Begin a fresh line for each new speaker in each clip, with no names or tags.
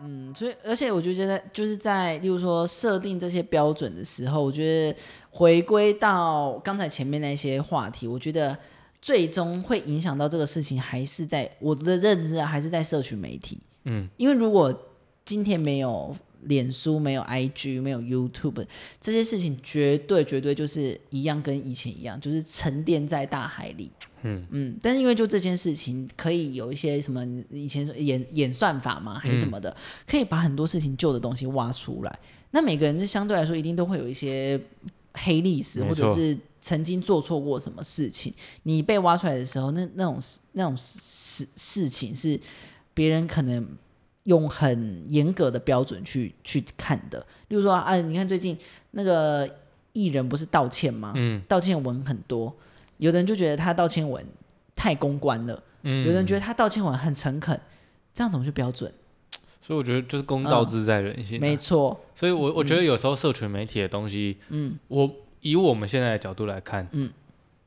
嗯，所以而且我就觉得就是在例如说设定这些标准的时候，我觉得回归到刚才前面那些话题，我觉得最终会影响到这个事情，还是在我的认知啊，还是在社群媒体。
嗯，
因为如果今天没有脸书、没有 IG、没有 YouTube 这些事情，绝对绝对就是一样跟以前一样，就是沉淀在大海里。
嗯
嗯，但是因为就这件事情，可以有一些什么以前说演演算法嘛，还是什么
嗯
的，可以把很多事情旧的东西挖出来。那每个人就相对来说一定都会有一些黑历史，
没
或者
错
是曾经做错过什么事情。你被挖出来的时候，那那种事那种事事情是别人可能用很严格的标准去去看的。例如说，啊，你看最近那个艺人不是道歉吗？
嗯，
道歉文很多，有的人就觉得他道歉文太公关了，
嗯
有的人觉得他道歉文很诚恳，这样怎么去标准？
所以我觉得就是公道
嗯
自在人心、啊
没错，
所以我我觉得有时候社群媒体的东西，
嗯，
我以我们现在的角度来看，
嗯，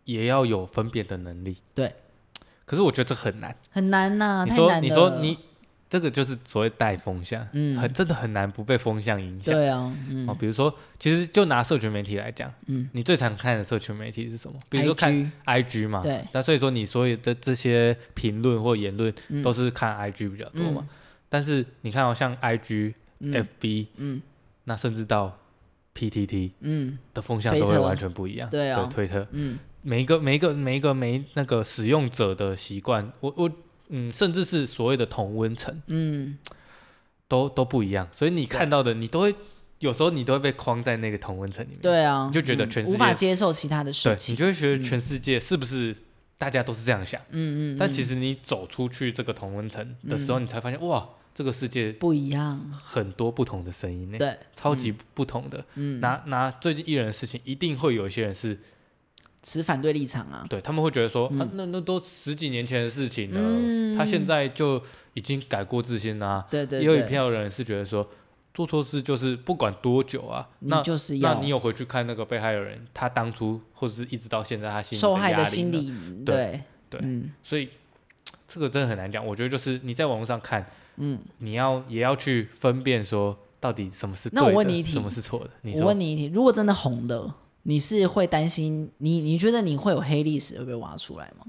也要有分辨的能力。
对，
可是我觉得这很难。
很难呐、
你
太
说
难了。
你说你这个就是所谓带风向，
嗯
很真的很难不被风向影响。
对啊，嗯
哦，比如说，其实就拿社群媒体来讲，
嗯，
你最常看的社群媒体是什么？比如说看啊
IG
IG 嘛，
对，
那所以说你所有的这些评论或言论
嗯
都是看 IG 比较多嘛。
嗯
但是你看哦，像 IG、FB，
嗯
那甚至到 PTT
嗯
的风向
推
都会
特
完全不一样。
对啊
推特
嗯
每一个每一个每一个每一那个使用者的习惯，我我嗯，甚至是所谓的同温层
嗯，
都都不一样，所以你看到的你都会有时候你都会被框在那个同温层里面。
对嗯啊，
你就觉得
嗯
全世界
无法接受其他的
对
事，
你
情。
就会觉得全世界是不是大家都是这样想？
嗯嗯，
但
嗯
其实你走出去这个同温层的时候，你才发现哇，这个世界
不一样。
很多不同的声音呢，
对，
超级不同的。
嗯，
拿拿最近艺人的事情，一定会有一些人是
持反对立场啊。
对他们会觉得说、啊，那那都十几年前的事情了，他现在就已经改过自新啦、
对嗯对
也有一
对
票人是觉得说，做错事就是不管多久啊，
你
那
就是
那
要
你有回去看那个被害人，他当初或者是一直到现在他心里
受害
压
的
力
心
呢，
理，
对
对
对
嗯
所以这个真的很难讲。我觉得就是你在网络上看，
嗯。
你要也要去分辨说到底什么是
那我
对
问
的
你一题
什么是错的。你
我
说
问你一题，如果真的红了，你是会担心你？你觉得你会有黑历史会被挖出来吗？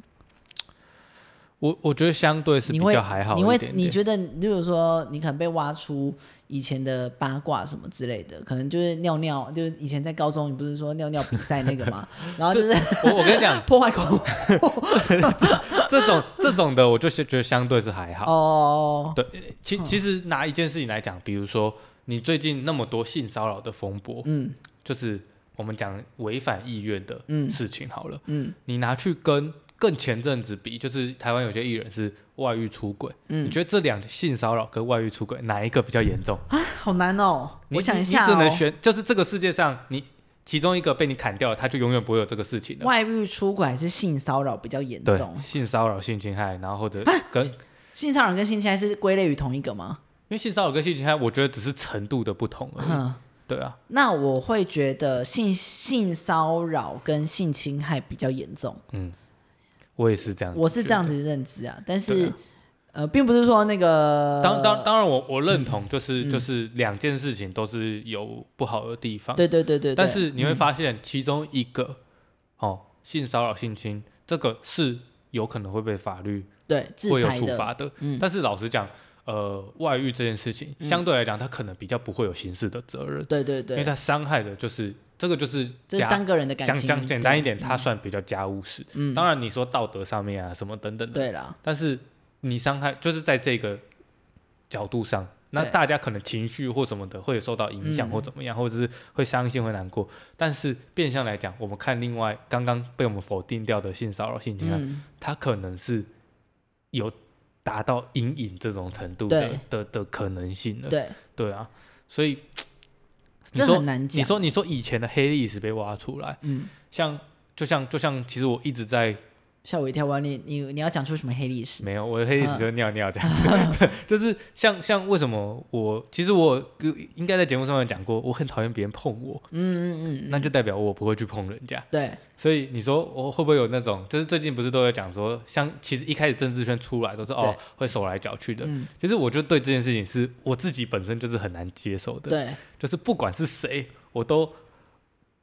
我我觉得相对是比
你会
较还好一
你会
点点
你觉得，例如说你可能被挖出以前的八卦什么之类的，可能就是尿尿，就是以前在高中你不是说尿尿比赛那个吗？ 然后就是
我我跟你讲，
破坏口
这种这种的，我就觉得相对是还好。
哦，
其其实拿一件事情来讲，比如说你最近那么多性骚扰的风波，
嗯
就是我们讲违反意愿的
嗯
事情好了，
嗯
你拿去跟更前阵子比，就是台湾有些艺人是外遇出轨，你
嗯，
觉得这两性骚扰跟外遇出轨哪一个比较严重？
好难哦，啊
你
我想一
你
下
你只能
哦。
选，就是这个世界上你其中一个被你砍掉了，他就永远不会有这个事情了。
外遇出轨还是性骚扰比较严
对，
重？
性骚扰、性侵害，然后或者
啊
跟
性骚扰跟性侵害是归类于同一个吗？
因为性骚扰跟性侵害，我觉得只是程度的不同而已。
嗯，
对啊，
那我会觉得性性骚扰跟性侵害比较严重，
我也是这样。
我是这样
子
子认知啊。但是、
啊对啊
呃，并不是说那个
觉得。当当当然我，我
嗯
认同，就是、就是两件事情都是有不好的地方，
对对对对对，嗯
但是你会发现其中一个、哦，性骚扰、性侵这个是有可能会被法律
对制
会有
裁
处
的，嗯
罚的。但是老实讲，呃，外遇这件事情、相对来讲，它可能比较不会有刑事的责任，
对对
因为
嗯对，
它伤害的就是这个就是
这
家
三个人的感
讲
情
讲简单一点，它算比较家务事。
嗯
当然你说道德上面啊什么等等的，
对啦，
但是你伤害就是在这个角度上，那
对
大家可能情绪或什么的会受到影响
嗯
或怎么样，或者是会伤心会难过。但是变相来讲，我们看另外刚刚被我们否定掉的性骚扰、性侵害，
嗯，
它可能是有达到阴影这种程度的
对
的的可能性了。
对，
对啊，所以你
这
说
很难讲。
你说你说以前的黑历史被挖出来，
嗯
像就像就像，其实我一直在
吓我一跳！我以为你你你要讲出什么黑历史？
没有，我的
嗯
黑历史就是尿尿这样子，对 就是像像为什么我其实我有应该在节目上面讲过，我很讨厌别人碰我，
嗯嗯嗯，
那就代表我不会去碰人家。
对，
所以你说我会不会有那种，就是最近不是都有讲说，像其实一开始政治圈出来都是哦
对
会手来脚去的，
嗯
其实我就对这件事情是我自己本身就是很难接受的，
对
就是不管是谁，我都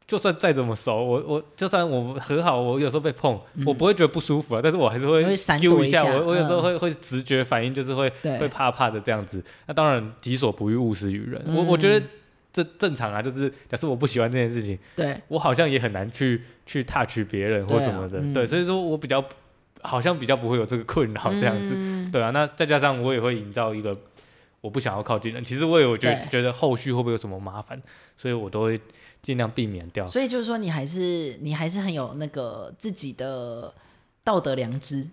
就算再怎么熟，我我就算我们和好，我有时候被碰，我不会觉得不舒服啊，但是我还是会
嗯会闪
丢
躲
一
一下
我我有时候
嗯
会、会直觉反应就是会会
对，
怕怕的这样子。那当然己所不欲，勿施于人，我我觉
嗯
得这正常啊，就是假设我不喜欢这件事情。
对，
我好像也很难去去 touch 别人或
对啊
什么的，对,、
嗯
所以说我比较好像比较不会有这个困扰这样子，
嗯
对啊，那再加上我也会营造一个我不想要靠近人，其实我也有觉得
对
觉得后续会不会有什么麻烦，所以我都会尽量避免掉。
所以就是说，你还是你还是很有那个自己的道德良知。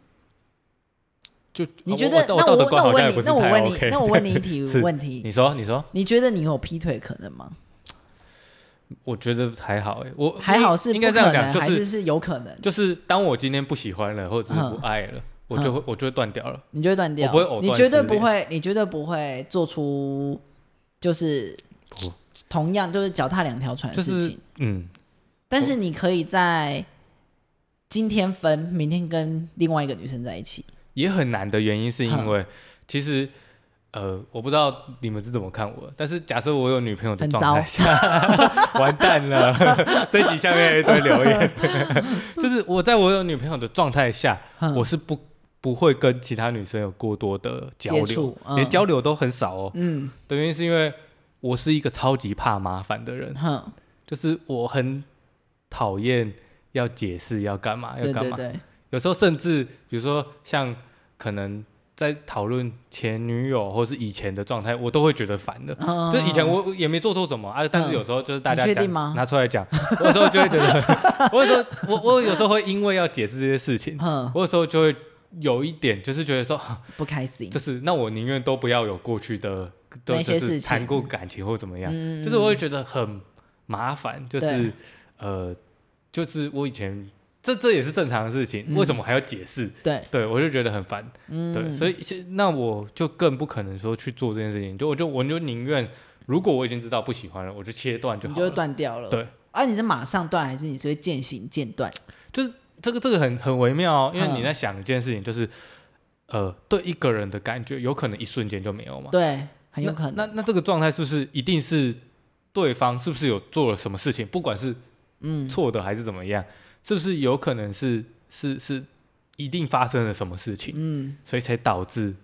就
你
我
觉得？
啊我我
那
道
我问
德观
那我
好像
问你
也
那我问你，
不，是太 OK，
那我问你一题
是
问题：
你说你说，
你觉得你有劈腿可能吗？
我觉得还好哎、我
还好是不
应该
可
这
能，
样讲，就
还是
是
是有可能？
就是当我今天不喜欢了或者是不
嗯
爱了，我就会我就会断掉了。
你就会断掉，
我不会藕断
你绝对
丝连
不会，你绝对不会做出就是
不
同样就是脚踏两条船的
就
事
是
情。
嗯，
但是你可以在今天分，明天跟另外一个女生在一起。
也很难的原因是因
哼
为，其实呃，我不知道你们是怎么看我，但是假设我有女朋友的
很
状态下， 完蛋了， 这一集下面一堆留言， 就是我在我有女朋友的状态下，
哼
我是不不会跟其他女生有过多的交
接
流
触，嗯
连交流都很少哦。
嗯
的原因是因为我是一个超级怕麻烦的人，
哼，
就是我很讨厌要解释要干嘛要
对
干
对
嘛，
对，
有时候甚至比如说像可能在讨论前女友或是以前的状态，我都会觉得烦的。
嗯
就以前我也没做错什么啊，但是有时候就是大家
你确
讲
定吗
拿出来讲，我有时候就会觉 得，我有时候我我有时候会因为要解释这些事情，
哼
我有时候就会有一点就是觉得说，啊
不开心
就，是那我宁愿都不要有过去的都
那些
就是
事情
谈过感情或怎么样，
嗯
就是我会觉得很麻烦，就是
对
呃，就是我以前这这也是正常的事情，
嗯
为什么还要解释？
对，
对我就觉得很烦，
嗯，
对，所以现那我就更不可能说去做这件事情，就我就我就宁愿，如果我已经知道不喜欢了，我就切断就
你
好
就会
了。
断掉了。
对，
啊，你是马上断，还是你是会渐行渐断？
就是这个这个很很微妙、哦，因为
嗯
你在想一件事情，就是呃，对一个人的感觉，有可能一瞬间就没有嘛。
对，很有可能。
那那那这个状态是不是一定是对方是不是有做了什么事情，不管是
嗯，
错的还是怎么样，是不是有可能是是是一定发生了什么事情，
嗯
所以才导致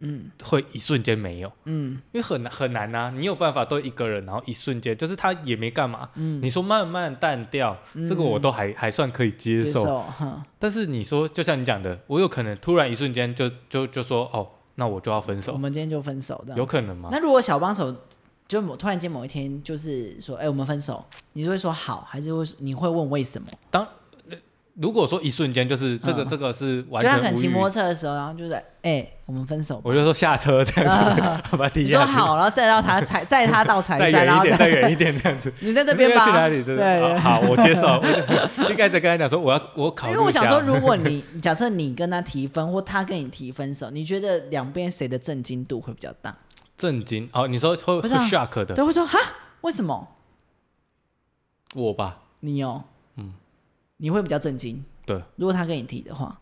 嗯
会一瞬间没有？
嗯
因为很难很难啊，你有办法对一个人，然后一瞬间就是他也没干嘛，
嗯，
你说慢慢淡掉，这个我都还还算可以接
接
受。
受，哼，
但是你说，就像你讲的，我有可能突然一瞬间就就就说哦，那我就要分
我
手，
们今天就分手的。
有可能吗？
嗯那如果小帮手就某突然间某一天就是说，哎、我们分手，你是会说好，还是会你会问为什么？
如果说一瞬间就是这个、
嗯
这个是完
就他可
全
能
无
骑
语
摩托，车的时候，然后就是哎、我们分手吧。
我就说下车这样子， 把底
嗯你说
下去，
好，然后再到他 踩，载他到柴
再
山，然
远一
后
点，再远一点这样子。
你在这边 吧。
去哪里？对啊
对
对，好，我接受。 我应该在跟他讲说，我要我考虑
因
一
为
下。
我想说，如果 你假设你跟他提分，或他跟你提分手，你觉得两边谁的震惊度会比较大？
震惊哦，你说会
不
会
是啊
shock 的
都会说哈，为什么
我吧？
你哦，
嗯，
你会比较震惊。
对，
如果他跟你提的话，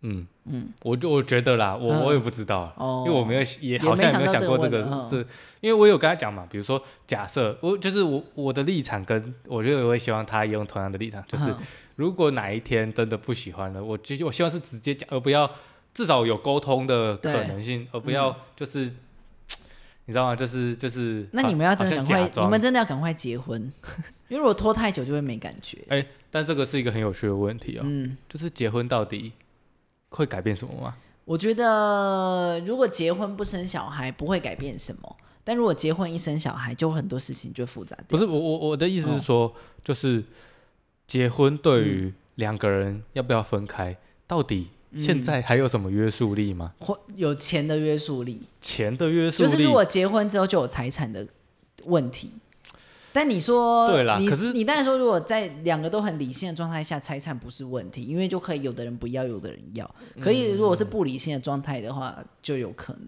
嗯
嗯，
我就我觉得啦，我
嗯
我也不知道，
哦
因为我没有也
也
好像也没
没
有
想到
想过这
这个
个
问题嗯
是，因为我有跟他讲嘛，比如说假设我就是我我的立场跟我觉得我也希望他也用同样的立场，就是
嗯
如果哪一天真的不喜欢了，我就我希望是直接讲，而不要至少有沟通的可
对嗯
能性，而不要就是、你知道吗？就是就是
那
好
你们要真的
好像
赶快，
假装
你们真的要赶快结婚， 因为如果拖太久就会没感觉。
哎、但这个是一个很有趣的问题哦，
嗯，
就是结婚到底会改变什么吗？
我觉得如果结婚不生小孩不会改变什么，但如果结婚一生小孩，就很多事情就复杂
不
掉。
是我我我的意思是说，
哦
就是结婚对
嗯
于两个人要不要分开，到底
嗯
现在还有什么约束力吗？
或有钱的约束力，
钱的约束
就是
力
如，果结婚之后就有财产的问题，但你说，
对啦
你
可是
你当然说，如果在两个都很理性的状态下，财产不是问题，因为就可以有的人不要，有的人要。
嗯
可以，如果是不理性的状态的话，就有可能。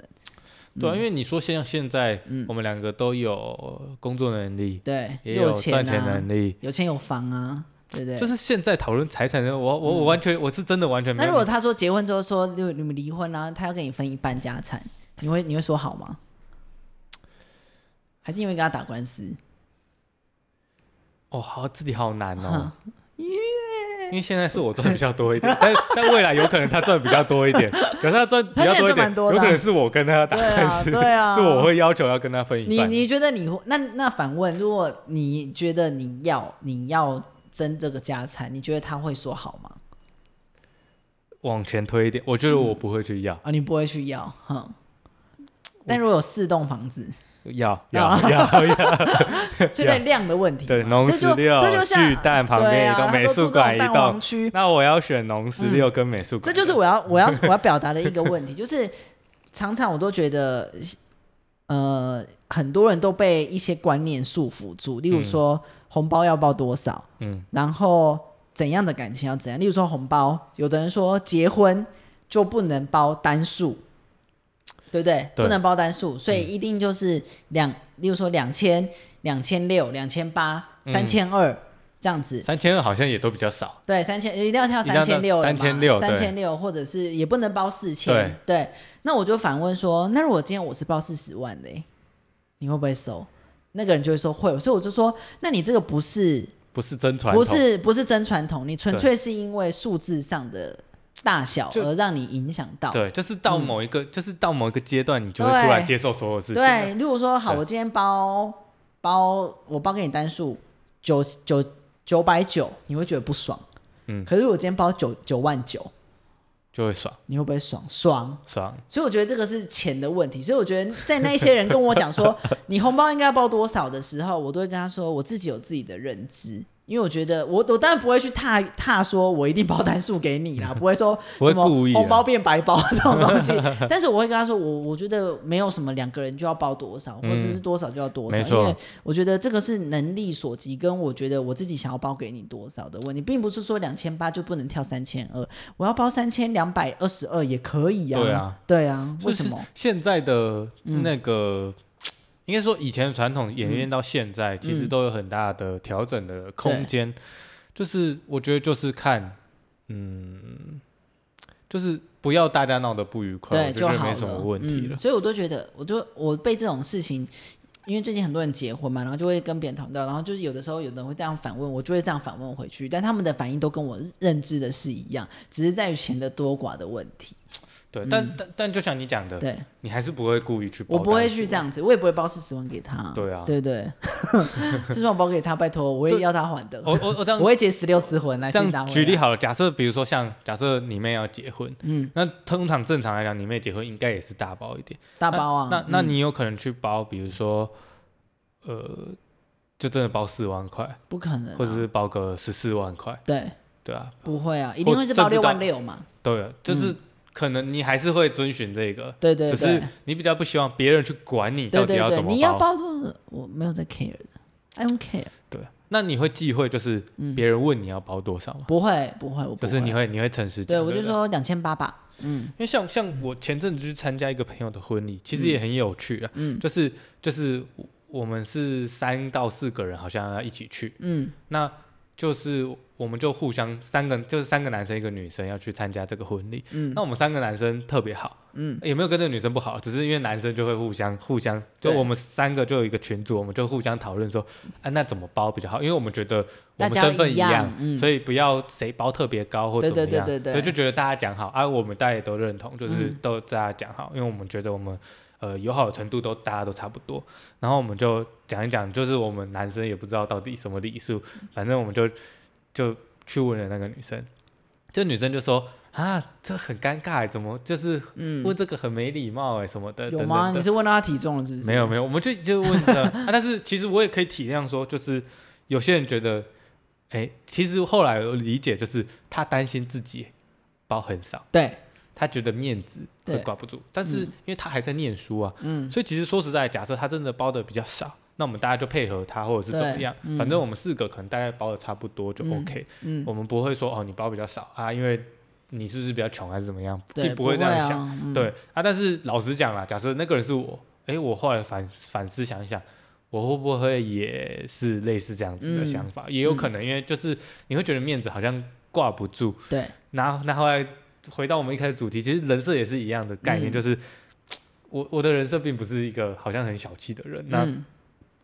嗯
对啊，因为你说像现在我们两个都有工作能力，
对，
也
又有
赚钱
啊，
能力，
有钱有房啊，对不对？
就是现在讨论财产的，我我我完全我是真的完全没
那如
有
果他说结婚之后说你你们离婚然啊后他要跟你分一半家产，你会你会说好吗？还是因为跟他打官司？
哦，好自己好难哦。
嗯
因为现在是我赚比较多一点， 但但未来有可能他赚比较多一 点，可是他赚比
他
较多一
现在赚蛮
点，
多的啊
有可能是我跟他打官司，
对啊对啊
是我会要求要跟他分一
你
半。
你觉得你那那反问，如果你觉得你要你要争这个家产，你觉得他会说好吗？
往前推一点，我觉得我不会去要，
啊，你不会去要，哼。但如果有四栋房 子， 啊
要要 要要，
所以在量的问题嘛，
对农
这
十
就
六
这就像
巨蛋旁边
对
一
啊
栋
他
美
都住
术
这种
馆一
蛋黄
栋
区，
那我要选农十六跟美术
嗯这
馆，
就是我要我 要我要表达的一个问题，就是常常我都觉得，呃，很多人都被一些观念束缚住，例如说、红包要包多少，
嗯，
然后怎样的感情要怎样，例如说红包，有的人说结婚就不能包单数。对不对？
对嗯
不能包单数，所以一定就是两，例如说两千、两千六、两千八、
嗯
三千二这样子。
三千二好像也都比较少，
对，三千一定要跳
一定要
三千六，
到36
三
对
千六，或者是也不能包四千，对。那我就反问说，那如果今天我是包四十万的欸、你会不会收？那个人就会说会，所以我就说，那你这个不是
不是真传
不
统，
是不是真传统，你纯粹是因为数字上的大小
就
而让你影响到。
对，就是到某一个，就是到某一个阶段，你就会
嗯对
突然接受所有事情。
对，如果说好，
对
我今天包包我包给你单数九九九百九，你会觉得不爽。
嗯
可是我今天包九九万九，
就会爽
你会不会爽？爽。
爽。
所以我觉得这个是钱的问题。所以我觉得在那些人跟我讲 说你红包应该包多少的时候，我都会跟他说我自己有自己的认知，因为我觉得我我当然不会去踏踏说我一定包单数给你 啦，不会说
不会
什么
故意啊
红包变白包这种东 西。但是我会跟他说，我我觉得没有什么两个人就要包多少，或者是多少就要多少，
嗯没
因
错
为我觉得这个是能力所及，跟我觉得我自己想要包给你多少的问题，并不是说两千八就不能跳三千二，我要包三千两百二十二也可以呀、
对啊，
对啊，为
就是
什么？嗯
现在的那个，应该说以前传统演变到现在，其
嗯
实都有很大的调整的空间。就是我觉得就是看，嗯，就是不要大家闹得不愉快，我
对，
觉
就
得
好
没什么问题了
嗯。。所以我都觉得，我就我被这种事情，因为最近很多人结婚嘛，然后就会跟别人谈到，然后就是有的时候有的人会这样反问，我就会这样反问回去，但他们的反应都跟我认知的是一样，只是在于钱的多寡的问题。
对，但但但就像你讲的，
嗯对
你还是不会故意去包
我
单数，
不会去这样子，我也不会包四十万给他。
对啊
对不对， 四十万包给他，拜托，我也要他还的。
我。我哦我这样
我会结十六次婚来
这
请他
样
回
举例
来
好了，假设比如说像假设你妹要结婚，嗯，那通常正常来讲，你妹结婚应该也是大包一点，
大包啊，
那那那你有可能去包，比如说，呃，就真的包四万块，
不可能啊、
或者是包个十四万块，
对，
对啊，
不会啊，一定会是包
甚
六
至到
万六嘛。
对啊，就是可能你还是会遵循这个，
对嗯对
只
对
是，你比较不希望别人去管你
对
到底
对对，
怎么
你要包多少？我没有在 care 的，I don't care。
对，那你会忌讳就是别人问你要包多少吗？
不会，不嗯会，我不
就
会。
是你会你会诚实讲，
对我就
不
说两千八吧。嗯
因为像像我前阵子去参加一个朋友的婚礼，其实也很有趣啊，
嗯
就是就是我我们是三到四个人，好像要一起去，
嗯
那就是我们就互相三个就是三个男生一个女生要去参加这个婚礼，
嗯
那我们三个男生特别好，
嗯，
也没有跟这个女生不好，只是因为男生就会互相互相，就
对
我们三个就有一个群组，我们就互相讨论说，啊那怎么包比较好？因为我们觉得我
大
们
家
身份
一
一
样
样，
嗯
所以不要谁包特别高或怎么
对
样，
对对对对嗯
所以就觉得大家讲好，啊我们大家也都认同，就是都大家讲好，因为我们觉得我们呃友好的程度都大家都差不多，然后我们就讲一讲，就是我们男生也不知道到底什么礼数，
嗯
反正我们就就去问了那个女生，这女生就说。啊，这很尴尬，怎么就是问这个很没礼貌哎、什么的，
嗯有
等
吗？
等
你
的
是问到他体重了是不是？
没有没有，我们就就问的、啊，但是其实我也可以体谅说，就是有些人觉得，哎、其实后来我理解就是他担心自己包很少，
对，
他觉得面子会
对
挂不住，但是因为他还在念书啊，
嗯
所以其实说实在，假设他真的包的比较少，那我们大家就配合他或者是怎么样，
对嗯
反正我们四个可能大概包的差不多就
嗯
OK，、
嗯，
我们不会说哦你包比较少啊，因为你是不是比较穷还是怎么样，
对，
并不会这样想。
啊，嗯，
对啊，但是老实讲啦，假设那个人是我，诶，我后来反反思想一想，我会不会也是类似这样子的
嗯
想法？也有可能，因为就是你会觉得面子好像挂不住。
对，
那那后来回到我们一开始主题，其实人设也是一样的概念，
嗯
就是我我的人设并不是一个好像很小气的人。那
嗯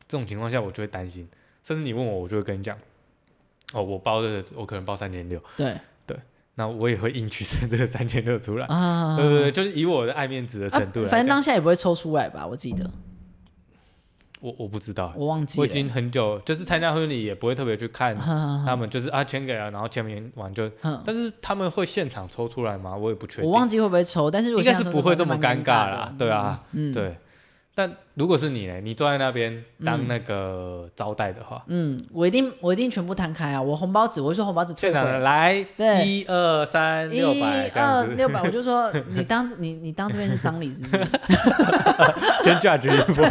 这种情况下，我就会担心，甚至你问我，我就会跟你讲，哦，我包的我可能包三千六，
对
那我也会硬去生 这个三千六出来。
啊，
对对对，就是以我的爱面子的
啊
程度来讲、
反正当下也不会抽出来吧，我记得，
我我不知道，欸
我忘记
我
了嗯
已，经很久就是参加婚礼也不会特别去看
他
他们，就是啊签给了，然后签名完就，但是他们会现场抽出来吗？我也不确定，
嗯我忘记会不会抽，但是我
应该
现
是
在
不
抽
会
的
这
话
么
蛮尴
尬
的
啦，对啊，，
嗯，
对。但如果是你呢？你坐在那边当那个招待的话，
嗯，我一定我一定全部摊开啊，我红包纸，我会说红包纸退
现场的
回。
来
嗯对
一二三六百
一
这样
二
子，
六百，我就说你当 你你当这边是丧礼是不 是？
先 judge 一波，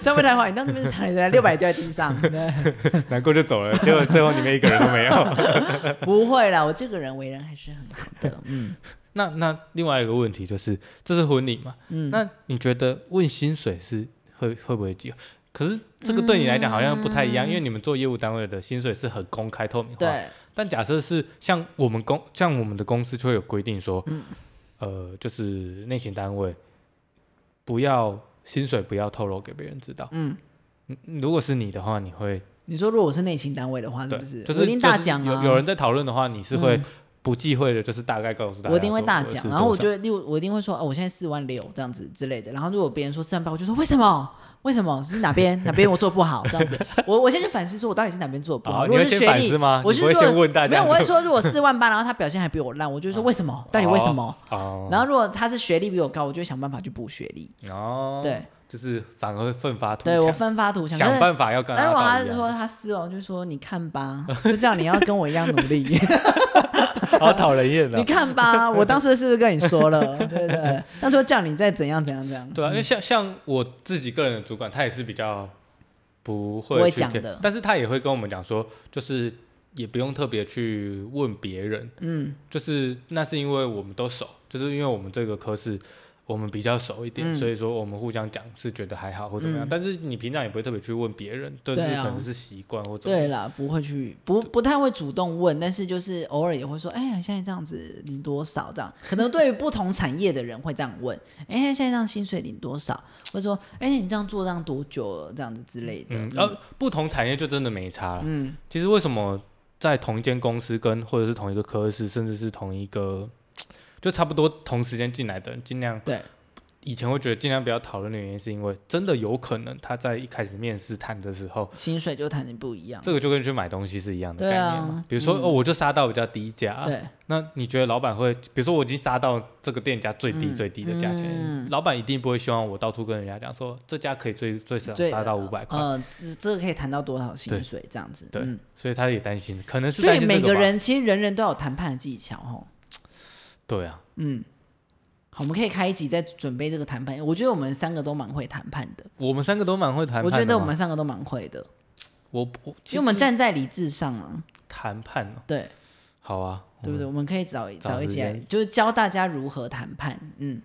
这样会太坏，你当这边是丧礼， 六百掉在地 上，对，
难过就走了，结果最后你们一个人都没有。
不会啦，我这个人为人还是很好的， 嗯
那那另外一个问题就是，这是婚礼嘛？
嗯。
那你觉得问薪水是会会不会结？可是这个对你来讲好像不太一样，因为你们做业务单位的薪水是很公开透明化。
对，
但假设是像我们公像我们的公司就会有规定说，
嗯
呃，就是内勤单位不要薪水不要透露给别人知道。
嗯，
嗯如果是你的话，你会
你说如果我是内勤单位的啊话，是
对
不是？
就
我
是
一定大
就是
奖啊！嗯
有有人在讨论的话，你是会不忌讳的，就是大概告诉大家，
我一定会大
奖
奖，，然后我
就。
就会六，我一定会说，哦，我现在四万六这样子之类的。然后如果别人说四万八，我就说为什么？为什么是哪 边哪边我做不好这样子？我我先去反思，说我到底是哪边做的不好。
哦
如果
你会
是
先
学
反
历
思吗，
我
你
是
不会
说
先问大
没
家
有，我
是
会说如果四万八，然后他表现还比我烂，我就会说为什么？到底为什么？
哦，
然后如果他是学历比我高，我就会想办法去补学历。
哦，
对，
就是反而会奋发图强，
对我奋发图强，但
想
是
办法要跟
但如果
他
他
道一
是
样
说他四万，我就说你看 吧，就叫你要跟我一样努力。
好讨人厌啊
你
的，
看吧，我当时是不是跟你说了，对不对？当初叫你再怎样怎样怎样，
对啊，因为像像我自己个人的主管，他也是比较不
不
会
会
去
讲
贴
的
但是他也会跟我们讲说，就是也不用特别去问别人，
嗯
就是那是因为我们都熟，就是因为我们这个科室我们比较熟一点，
嗯
所以说我们互相讲是觉得还好或怎么样，
嗯
但是你平常也不会特别去问别人，对，
对
这
啊
可能是习惯或，怎么样
对啦，不会去不不太会主动问，但是就是偶尔也会说，哎呀，现在这样子领多少？这样可能对于不同产业的人会这样问，哎，现在这样薪水领多少？或者说，哎，你这样做这样多久了？这样子之类的。
嗯，然后不同产业就真的没差了。
嗯
其实为什么在同一间公司跟或者是同一个科室，甚至是同一个，就差不多同时间进来的人，尽量
对。
以前会觉得尽量不要讨论的原因，是因为真的有可能他在一开始面试谈的时候，
薪水就谈的不一样。
这个就跟去买东西是一样的概
嗯对啊
念嘛。比如说、
嗯
哦，我就杀到比较低价、啊，
对，
那你觉得老板会，比如说我已经杀到这个店家最低
嗯
最低的价钱，
嗯
老板一定不会希望我到处跟人家讲说这家可以最最少
最
啊杀到五百块，
呃，这这个可以谈到多少
对
薪水这样子？
对
嗯
所以他也担心，可能是
所
担
以
心
每
这
个
吧
人其实人人都有谈判的技巧，吼。
对啊，
嗯，好，我们可以开一集再准备这个谈判。我觉得我们三个都蛮会谈判的，
我们三个都蛮会谈判的
我
嘛。
觉得我们三个都蛮会的，
我我
因为我们站在理智上啊，
谈判哦，
对
好啊，
对不对？我们可以找一
找
找一
时
起来，
间
就是教大家如何谈判。嗯，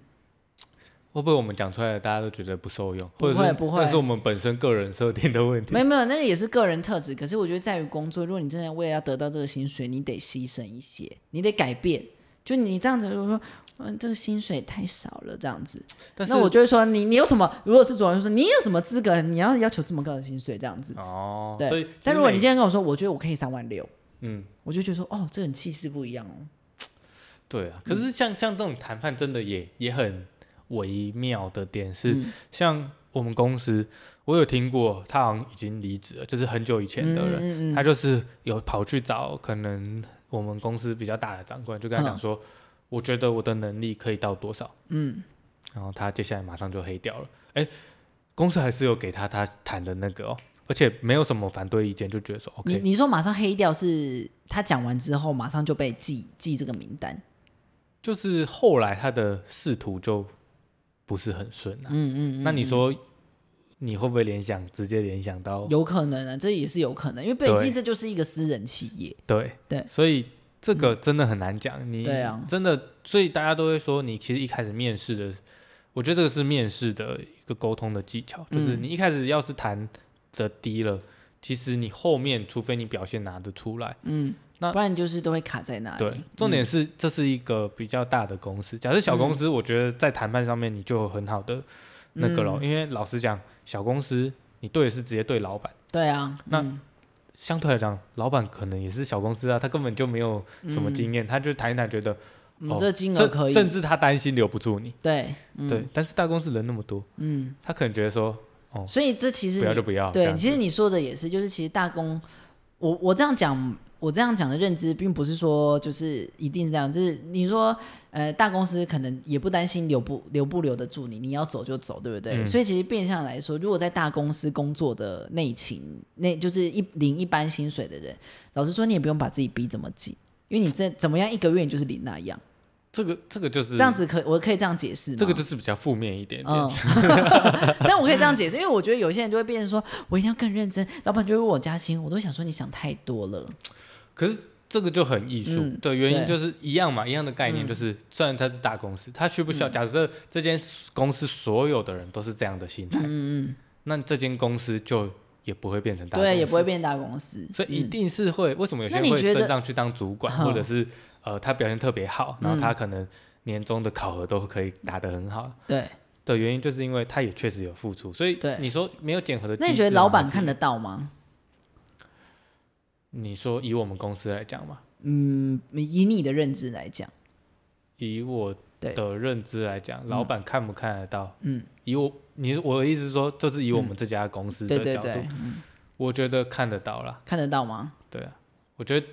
会不会我们讲出来的大家都觉得不受用，
不
或
会
者是
不会
那是我们本身个人设定的问题
没。有没有，那个也是个人特质。可是我觉得在于工作，如果你真的为了要得到这个薪水，你得牺牲一些，你得改变。就你这样子，就说，嗯，这个薪水太少了，这样子，
但是
那我就会说，你你有什么？如果是主管就说，你有什么资格？你要要求这么高的薪水，这样子。
哦，
对
所以
但如果你
其
今
实
天跟我说，我觉得我可以三万六，
每嗯
我就觉得说，哦，这人气势不一样哦。
对啊，可
嗯
是像像这种谈判真的也也很微妙的点是，
嗯
像我们公司我有听过，他好像已经离职了，就是很久以前的人，
嗯嗯嗯
他就是有跑去找可能我们公司比较大的长官，就跟他讲说，我觉得我的能力可以到多少，
嗯，
然后他接下来马上就黑掉了。哎，公司还是有给他他谈的那个哦，而且没有什么反对意见，就觉得说
你
OK，
你说马上黑掉是他讲完之后马上就被记记这个名单，
就是后来他的仕途就不是很顺啊。
嗯嗯嗯，
那你说你会不会联想直接联想到
有可能啊，这也是有可能，因为北
对
京这就是一个私人企业，
对
对嗯
所以这个真的很难讲。你
对啊
真的，所以大家都会说，你其实一开始面试的，我觉得这个是面试的一个沟通的技巧，就是
嗯
你一开始要是谈的低了，其实你后面除非你表现拿得出来，
嗯，
那
不然就是都会卡在那里。
对，重点是这是一个比较大的公司。假设小
嗯
公司，我觉得在谈判上面你就有很好的那个
嗯
咯，因为老实讲，小公司你对的是直接对老板。
对啊，
那
嗯
相对来讲，老板可能也是小公司啊，他根本就没有什么经验，他就谈一谈，觉得
嗯
哦
这金额
甚
可以，
甚至他担心留不住你。
对，嗯
对，，但是大公司人那么多，
嗯，
他可能觉得说
所以这其实
哦不要
你
就不要。这
对，
样
其实
子
你说的也是，就是其实大公，我我这样讲，我这样讲的认知，并不是说就是一定是这样，就是你说呃大公司可能也不担心留不留不留得住你，你要走就走，对不对？
嗯
所以其实变相来说，如果在大公司工作的内勤，那就是一领一般薪水的人，老实说，你也不用把自己逼这么紧。因为你这怎么样一个月你就是领那样，
这个这个就是
这样，子可我可以这样解释吗？
这个就是比较负面一点
嗯
点。，
但我可以这样解释，因为我觉得有些人就会变成说，我一定要更认真，老板就会为我加薪，我都想说你想太多了。
可是这个就很艺术
嗯
的原因
对
就是一样嘛，一样的概念
嗯
就是，虽然它是大公司，它需不需要？假设这间公司所有的人都是这样的心态，
嗯嗯，
那这间公司就也不会变成大公司，
对，也不会变大公司。
所以一
嗯
定是会，为什么有些
那
人
你
会
觉得
升上去当主管，
哼
或者是呃他表现特别好，然后
嗯
他可能年终的考核都可以打得很好
对，
的原因，就是因为他也确实有付出。所以
对
你说没有检核的机制吗，
那你觉得老板
还是
看得到吗？
你说以我们公司来讲嘛，
嗯，以你的认知来讲，
以我
对
的认知来讲，老板看不看得到？
嗯，
以我你我的意思是说，就是以我们这家公司
对
的
对
角度，
对，嗯
我觉得看得到啦。
看得到吗？
对啊，我觉得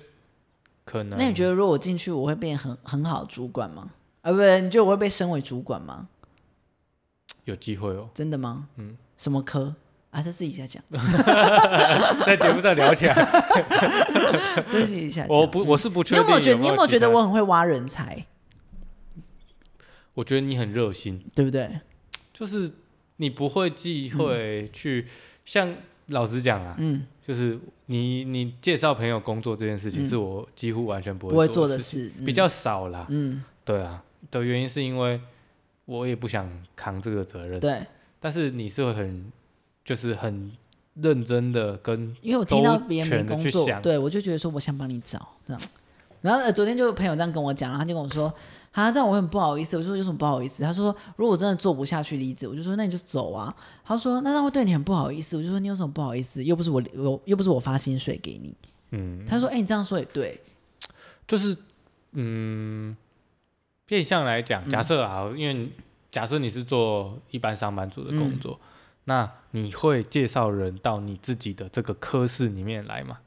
可能。
那你觉得如果我进去，我会变很很好的主管吗？啊，不对，你觉得我会被升为主管吗？？
有机会哦
真的吗？
嗯，
什么科？啊，这自己 下讲，
在节目上聊 起来，
自己下讲。
我不我是不
你
确
有
定
没有觉得你有没有觉
其
得
他
我很会挖人才，
我觉得你很热心，
对不对？
就是你不会忌讳去，像老实讲啊，
嗯，
就是你你介绍朋友工作这件事情，
嗯
是我几乎完全不
不会做
做
的
事情，
事
比，较少啦。
嗯
对啊，的原因是因为我也不想扛这个责
嗯，
任，
对，
但是你是会很就是很认真的跟
因为我听到别人
周
没
全地
工
去
作，
想
对我就觉得说我想帮你找这样。然后、呃、昨天就有朋友这样跟我讲，然后他就跟我说：“啊，这样我很不好意思。”我说：“有什么不好意思？”他说：“如果我真的做不下去离职，我就说那你就走啊。”他说：“那让我对你很不好意思。”我就说：“你有什么不好意思？又不是我我又不是我发薪水给你。
嗯，
他说：“哎、你这样说也对，
就是嗯，变相来讲，
嗯
假设啊，因为你假设你是做一般上班族的
嗯
工作，那你会介绍人到你自己的这个科室里面来吗？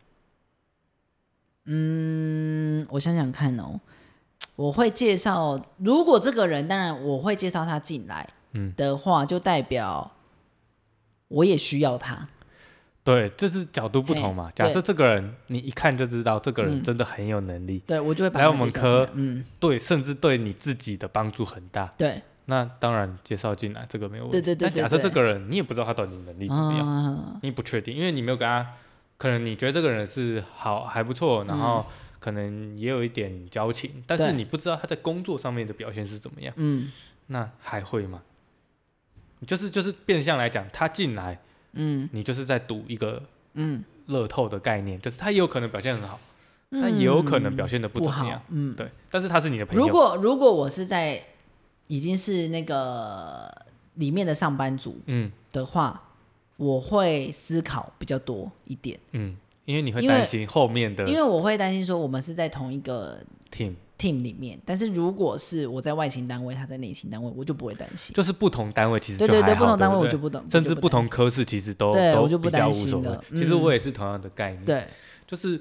嗯，我想想看哦，我会介绍，如果这个人，当然我会介绍他进来，
嗯
的话，就代表我也需要他，
对，就是角度不同嘛。
嘿
假
对
设这个人，你一看就知道这个人
嗯
真的很有能力，
对我就会把
来
他
我们
介绍进来
科
嗯，
对，甚至对你自己的帮助很大。
对，
那当然介绍进来，这个没有问题。
对对对
但假设
对对
这个人你也不知道他到底能力怎么样，
啊，
你不确定，因为你没有跟他，可能你觉得这个人是好还不错，然后可能也有一点交情，但
嗯
是
对
你不知道他在工作上面的表现是怎么样，
嗯
那还会吗？就是就是变相来讲，他进来，
嗯
你就是在赌一个
嗯，
乐透的概念，就是他也有可能表现很好，但
嗯
也有可能表现的
不
怎么样
好，，嗯，
对，但是他是你的朋友，
如果如果我是在已经是那个里面的上班族
嗯
的话，我会思考比较多一点，
嗯，因为你会
因为
担心后面的
因为我会担心说我们是在同一个
team
team 里面，但是如果是我在外勤单位，他在内勤单位，我就不会担心。
就是不同单位其实
对
就
对
还
对，
好
不同单位
对
我
对
就不懂，
甚至
我就
不同科室其实都
对
都
我就不
比较
担
无
心
所谓
了。
其实
嗯
我也是同样的概念，
担对，
就是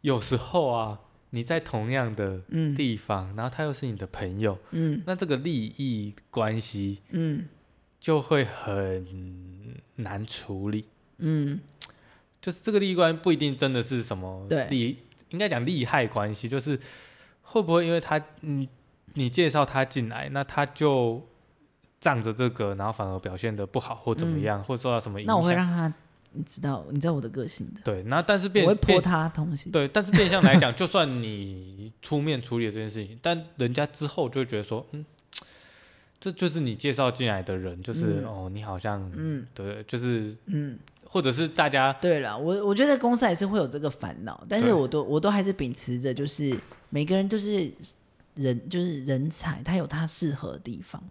有时候啊，你在同样的
嗯
地方，然后他又是你的朋友，
嗯
那这个利益关系
嗯
就会很难处理。
嗯，
就是这个利益关系不一定真的是什么
对
利，应该讲利害关系，就是嗯会不会因为他你你介绍他进来，那他就仗着这个，然后反而表现的不好或怎么样，或受到什么影
嗯那
响。
我会让他知道，你知道我的个性的，
对，那但是变
我会
变
泼他东西。
对，但是变相来讲，就算你出面处理了这件事情，但人家之后就会觉得说，嗯，这就是你介绍进来的人，就是、
嗯
哦，你好像，
嗯
对，就是
嗯，
或者是大家
对了，我我觉得公司还是会有这个烦恼，但是
啊对
我都我都还是秉持着，就是每个人都是人，就是人才，他有他适合的地方。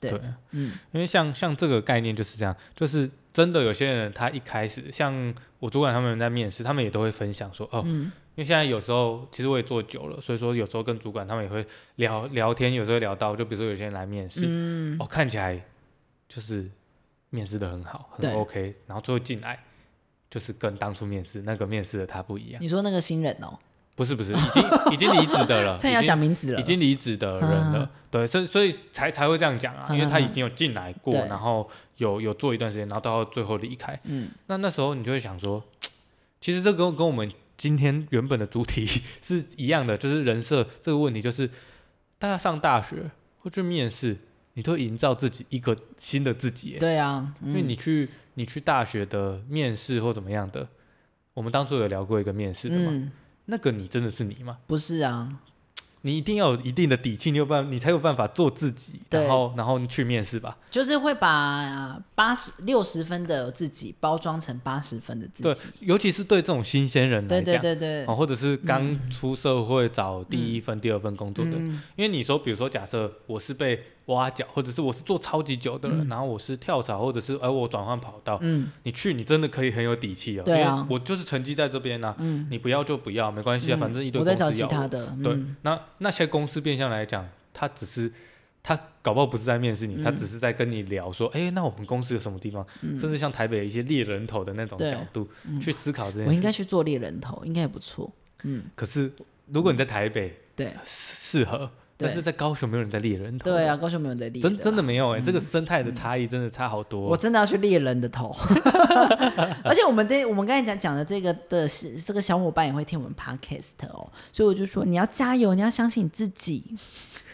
对嗯
因为像像这个概念就是这样，就是真的有些人他一开始，像我主管他们在面试，他们也都会分享说，哦，
嗯
因为现在有时候其实我也做久了，所以说有时候跟主管他们也会聊聊天，有时候聊到，就比如说有些人来面试，
嗯，
哦，看起来就是面试的很好，很
对
OK，然后最后进来就是跟当初面试那个面试的他不一样，
你说那个新人哦，
不是不是，已经 已经离职的 了，
差点要
已经
讲名字了，
啊已经离职的人了，
嗯
对，所以所以才才会这样讲啊，因为他
嗯嗯嗯
已经有进来过，
对
然后有有做一段时间，然后到最后离开，
嗯，
那那时候你就会想说，其实这跟跟我们今天原本的主题 是一样的，就是人设这个问题，就是大家上大学或去面试，你都营造自己一个新的自己耶，
对啊，
因
因
为你去你去大学的面试或怎么样的，我们当初有聊过一个面试的嘛，
嗯，
那个你真的是你吗？
不是啊，
你一定要有一定的底气，你有办，你才有办法做自己，
对
然后然后去面试吧。
就是会把八十六十分的自己包装成八十分的自
对
己。，
尤其是对这种新鲜人来
对
讲，
对对对，
哦，或者是刚出社会找第一份、第二份工作的，
嗯
因为你说，比如说，假设我是被挖角，或者是我是做超级久的人，然后我是跳槽，或者是哎、我转换跑道，
嗯
你去，你真的可以很有底气哦。
对啊
因为我就是成绩在这边呢、啊
嗯，
你不要就不要，没关系啊，
嗯
反正一堆
我
公
在
司
找
要我。
其他的，
对
嗯，
那那些公司变相来讲，他只是他搞不好不是在面试你，他
嗯
只是在跟你聊说，哎、那我们公司有什么地方，
嗯
甚至像台北一些猎人头的那种
对
角度、
嗯
去思考这件
我
事
应该去做猎人头，应该也不错。嗯，
可是如果你在台北
对
适适合，
对
但是在高雄没有人在猎人头。
对啊，，高雄没有在猎，
真真
的
的没有哎、这个生态的差异真的差好
啦，
多。
我真的要去猎人的头。 而且我们这我们刚才讲讲的这个的是这个小伙伴也会听我们 podcast 哦，所以我就说你要加油，你要相信你自己。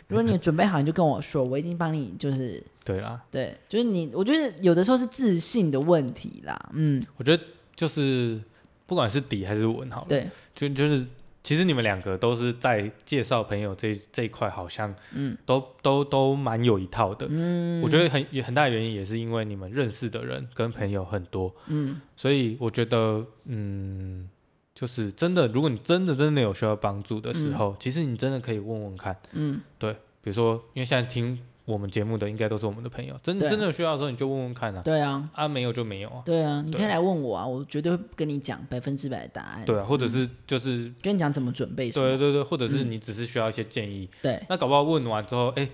如果你有准备好，你就跟我说，我已经帮你就是
对啦，
对，就是你，我觉得有的时候是自信的问题啦。嗯，
我觉得就是不管是底还是稳好了，
对，
就就是其实你们两个都是在介绍朋友这这一块，好像
嗯
都都都蛮有一套的。
嗯，
我觉得很也很大的原因也是因为你们认识的人跟朋友很多，
嗯
所以我觉得，嗯，就是真的，如果你真的真的有需要帮助的时候，其实你真的可以问问看。
嗯
比如说，因为现在听我们节目的应该都是我们的朋友，真
对啊
真的有需要的时候你就问问看啊，
对啊，
啊没有就没有啊，
对啊，你可以
对
来问我啊，我绝对会跟你讲百分之百的答案。
对啊，或者是
嗯
就是、
跟你讲怎么准备什
对
么。
对对，或者是
嗯
你只是需要一些建议，
对
那搞不好问完之后，哎、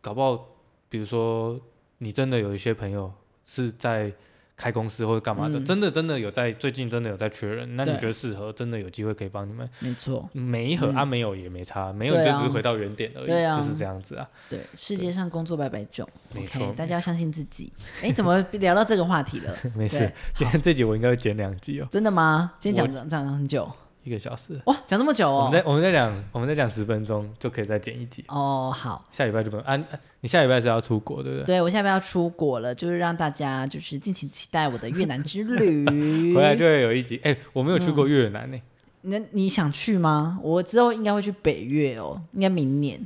搞不好比如说你真的有一些朋友是在。开公司或者干嘛的，
嗯
真的真的有在最近真的有在缺人，那你
对
觉得适合，真的有机会可以帮你们
没错，
没和、
嗯
啊没有也没差，没有就
对
只
啊
是回到原点而已，
对啊
就是这样子啊，
对，世界上工作百百种
没错
，OK，大家要相信自己。哎，怎么聊到这个话题了？
没事
对。
今 天这集我应该会剪两集哦，
真的吗？今天
我
讲讲讲很久，
一个小时。
哇，讲这么久哦。
我们再我们再讲我们再讲十分钟就可以再剪一集，
哦，好，
下礼拜就不用。啊，你下礼拜是要出国对不对？
对我下边要出国了，就是让大家就是敬请期待我的越南之旅。
回来就会有一集。哎、我没有去
嗯
过越南呢、哎
那你想去吗？我之后应该会去北越哦，应该明年。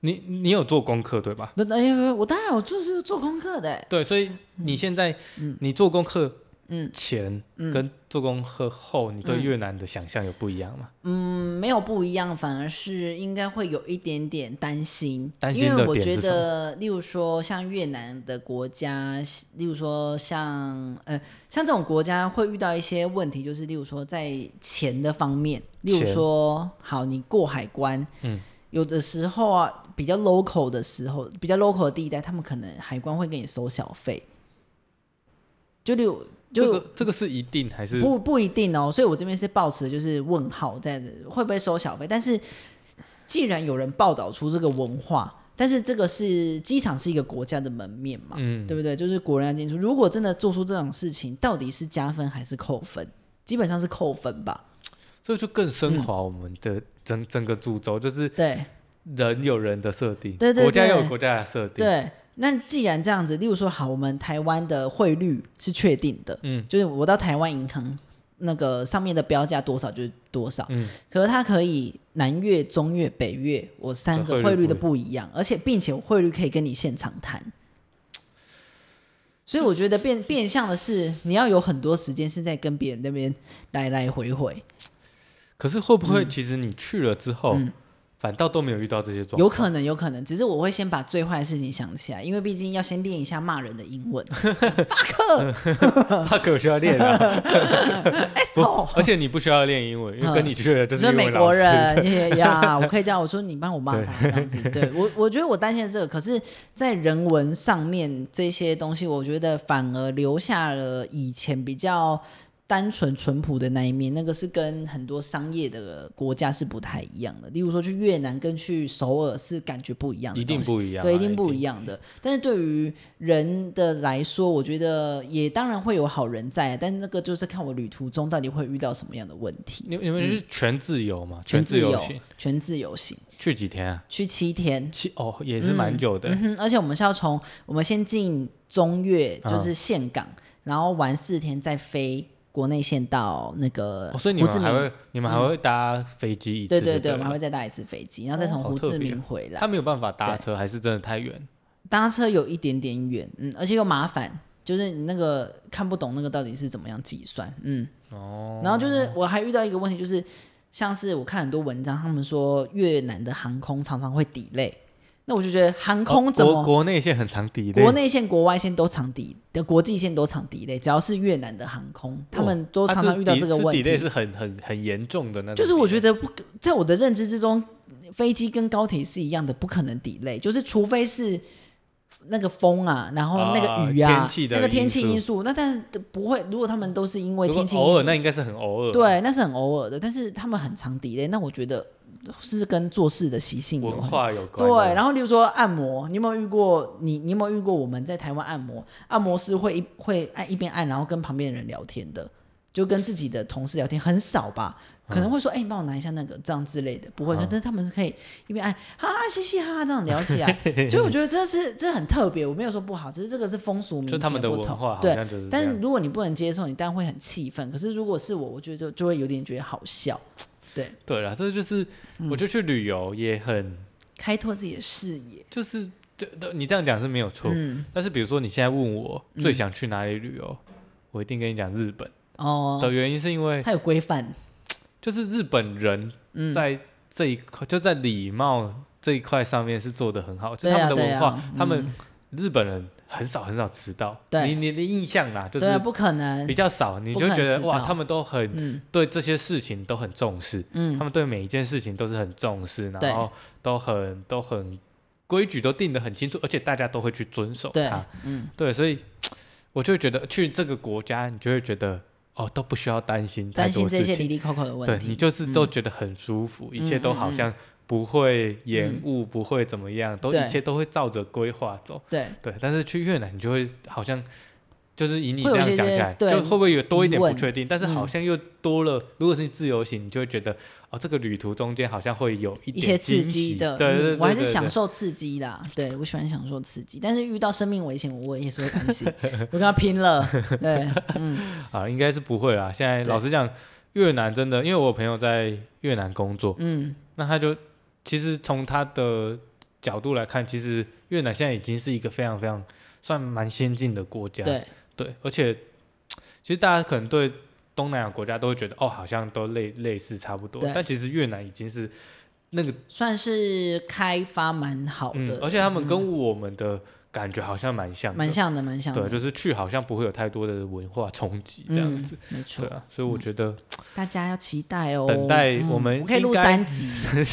你你有做功课对吧？
那哎呦，我当然我就是做功课的，
对，所以你现在、你做功课
嗯
前
嗯
跟做功课后，你对越南的想象有不一样吗？
嗯，没有不一样，反而是应该会有一点点担心，
担心的
因为我
点
觉
是什么
得，例如说像越南的国家，例如说像呃像这种国家会遇到一些问题，就是例如说在钱的方面，例如
钱
说好你过海关，
嗯，
有的时候啊比较 local 的时候，比较 local 的地带，他们可能海关会给你收小费，就例如就、
这个这个是一定还是
不不一定哦，所以我这边是抱持的就是问号在的，会不会收小费？但是既然有人报道出这个文化，但是这个是机场是一个国家的门面嘛，
嗯
对不对？就是国人要进出，如果真的做出这种事情，到底是加分还是扣分？基本上是扣分吧，
这就更升华我们的整、整个主轴，就是
对
人有人的设定，
对对
国家
对
有国家的设定，
对。那既然这样子，例如说，好，我们台湾的汇率是确定的，
嗯，
就是我到台湾银行那个上面的标价多少就是多少，
嗯，
可是它可以南越、中越、北越，我三个
汇率
汇率的
不
不一样，而且并且我汇率可以跟你现场谈。所以我觉得变变相的是，你要有很多时间是在跟别人那边来来回回，
可是会不会
嗯
其实你去了之后，反倒都没有遇到这些状况？
有可能，有可能，只是我会先把最坏的事情想起来，因为毕竟要先练一下骂人的英文。
他可需要练 啊，不
asshole，
而且你不需要练英文，因为跟你去的
嗯
就
你
是
是
英文
美
老师
国人 也呀，我可以这样，我说你帮我骂他这样子。对我，我觉得我担心的是这个，可是，在人文上面这些东西，我觉得反而留下了以前比较单纯淳朴的那一面，那个是跟很多商业的国家是不太一样的。例如说去越南跟去首尔是感觉不一样的
一
东西，
定不一样啊，
对，一定不一样的。但是对于人的来说，我觉得也当然会有好人在，啊但那个就是看我旅途中到底会遇到什么样的问题。
你你们是全自由嘛？
嗯全
自
自由
行，
全自由行，
去几天啊？
去七天，
七哦，也是蛮久的
嗯。哼，而且我们是要从我们先进中越，
啊
就是岘港，然后玩四天，再飞国内线到那个
哦，所以你
胡志
们
明。
还会你们还会搭飞机一
嗯
次
对
就
对
对
对，我
了
们还会再搭一次飞机，然后再从
哦好
胡
特
志
别
明回来。
他没有办法搭车，还是真的太远。
搭车有一点点远，嗯，而且又麻烦，就是你那个看不懂那个到底是怎么样计算，嗯，
哦，
然后就是我还遇到一个问题，就是像是我看很多文章，他们说越南的航空常常会 delay，那我就觉得航空
哦
怎么、
国国内线很长哦底
国内线、国外线都常 delay，的国际线都常 delay，只要是越南的航
哦
空，他们都常常遇到这个问
底类
题。
是很很很严重的那种 delay。
就是我觉得不，在我的认知之中，飞机跟高铁是一样的，不可能 delay，就是除非是那个风啊，然后那个雨
啊天气的
那个天
因
气
素
因素，那但是不会，如果他们都是因为
如果
天气因
偶
素
尔，，那应该是很偶尔。，
对，那是很偶尔的，但是他们很常 delay，那我觉得是跟做事的习性有
文
关。
化有关。
对，，然后例如说按摩，你有没有遇过？你你有没有遇过？我们在台湾按摩，按摩师会一会按一边按，然后跟旁边的人聊天的，就跟自己的同事聊天，很少吧？
嗯
可能会说，哎、你帮我拿一下那个，这样之类的，不会。但是他们可以一边按，哈哈嘻嘻哈哈这样聊起来， 就我觉得这是这很特别，我没有说不好，只是这个是风俗民
就
情
他们的
不
文
同
化，好
对，
像就是这
但是
样。
如果你不能接受，你当然会很气愤。可是如果是我，我觉得就就会有点觉得好笑，对，
对啦，这就是
嗯
我就去旅游也很
开拓自己的视野。
就是对对，你这样讲是没有错。
嗯，
但是比如说你现在问我最想去哪里旅游，我一定跟你讲日本
哦，
的原因是因为
它有规范，
就是日本人
嗯，
在这一块、就在礼貌这一块上面是做的很好，就
对
他
啊
们的
对
文
啊
化，
嗯
他们日本人很少很少迟到。
对
你你的印象啦，就
对啊，
是
不可能
比，较少，你
不
就
可
觉
能
得
迟
哇，
到
他们都很
嗯
对这些事情都很重视，他
嗯，
们对每一件事情都是很重视，
对
然后都很都很规矩都定得很清楚，而且大家都会去遵守
对
它。，
嗯，
对，所以我就会觉得去这个国家，你就会觉得哦，都不需要担心太
担
多
心这
事
些
情
离，离扣扣的嗯
对
问
你
题，
就是都觉得很舒服，一切
嗯
都好像不会延误，不会怎么样，都
对
一切都会照着规划走。
对，
对，但是去越南，你就会好像就是以你
会有
这样
一些
讲起来，
对
就会不会有多一点
疑
不
问嗯
确定？但是好像又多了。如果是自由行，你就会觉得哦，这个旅途中间好像会有一
一
点
些刺
惊喜
激的，
对对
嗯
对，
我还
对
是
对
享受刺激的啊，对我喜欢享受刺激，但是遇到生命危险，我也是会担 心，我跟他拼了，对，嗯
啊，应该是不会啦。现在
对
老实讲，越南真的，因为我有朋友在越南工作，
嗯，
那他就其实从他的角度来看，其实越南现在已经是一个非常非常算蛮先进的国家，
对，
对啊而且其实大家可能对东南亚国家都会觉得哦，好像都类类似差不多
对，
但其实越南已经是那个
算是开发蛮好
嗯
的，，
而且他们跟我们的感觉好像蛮像的，
蛮像的，蛮像的
对，，就是去好像不会有太多的文化冲击这样子，
嗯、没
对
错，
啊，所以我觉得
大家要期待哦。
等待我
嗯
们
我可以
应
录
该
三集，我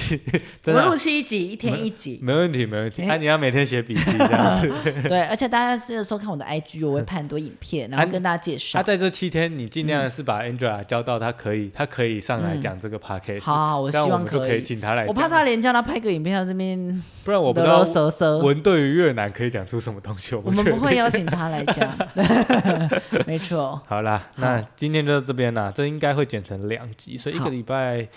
真
们
的啊
录七集，一 天一集。
没问题，没问题。啊
哎
那、你要每天写笔记 这样子。啊
对，而且大家记得收看我的 IG，我会 拍很多影片，然
啊
后跟大家介
他、
绍。
在这七天，你尽
嗯
量是把 Angela 教到他可以，他可以上来讲这个 podcast、
好嗯好，我
这样
希
我
望
们就可以
以。
请他来讲。
我怕他连叫他拍个影片到这边
不哎然我不
啰
知道
啰嗦嗦。
文对于越南可以讲出什么东西。我
我
不
们
确
不
定。
会邀请他来 讲， 没错。
好啦，那今天就到这边啦。这应该会剪成两集，所以一个
好
礼拜，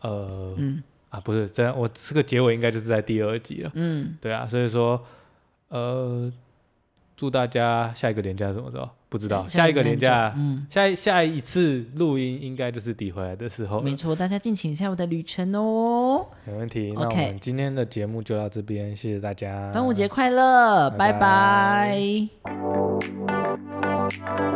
呃，
嗯
啊，不是，这样我这个结尾应该就是在第二集了。
嗯，
对啊，所以说，呃，祝大家下一个年假是什么时候？不知道，
下
下一个
下一
年
个年
假，
嗯，
下一下一次录音应该就是抵回来的时候了
没错，大家敬请一下我的旅程哦，
没问题。那我
OK
们今天的节目就到这边，谢谢大家。
端午节快乐，
拜
拜
拜
拜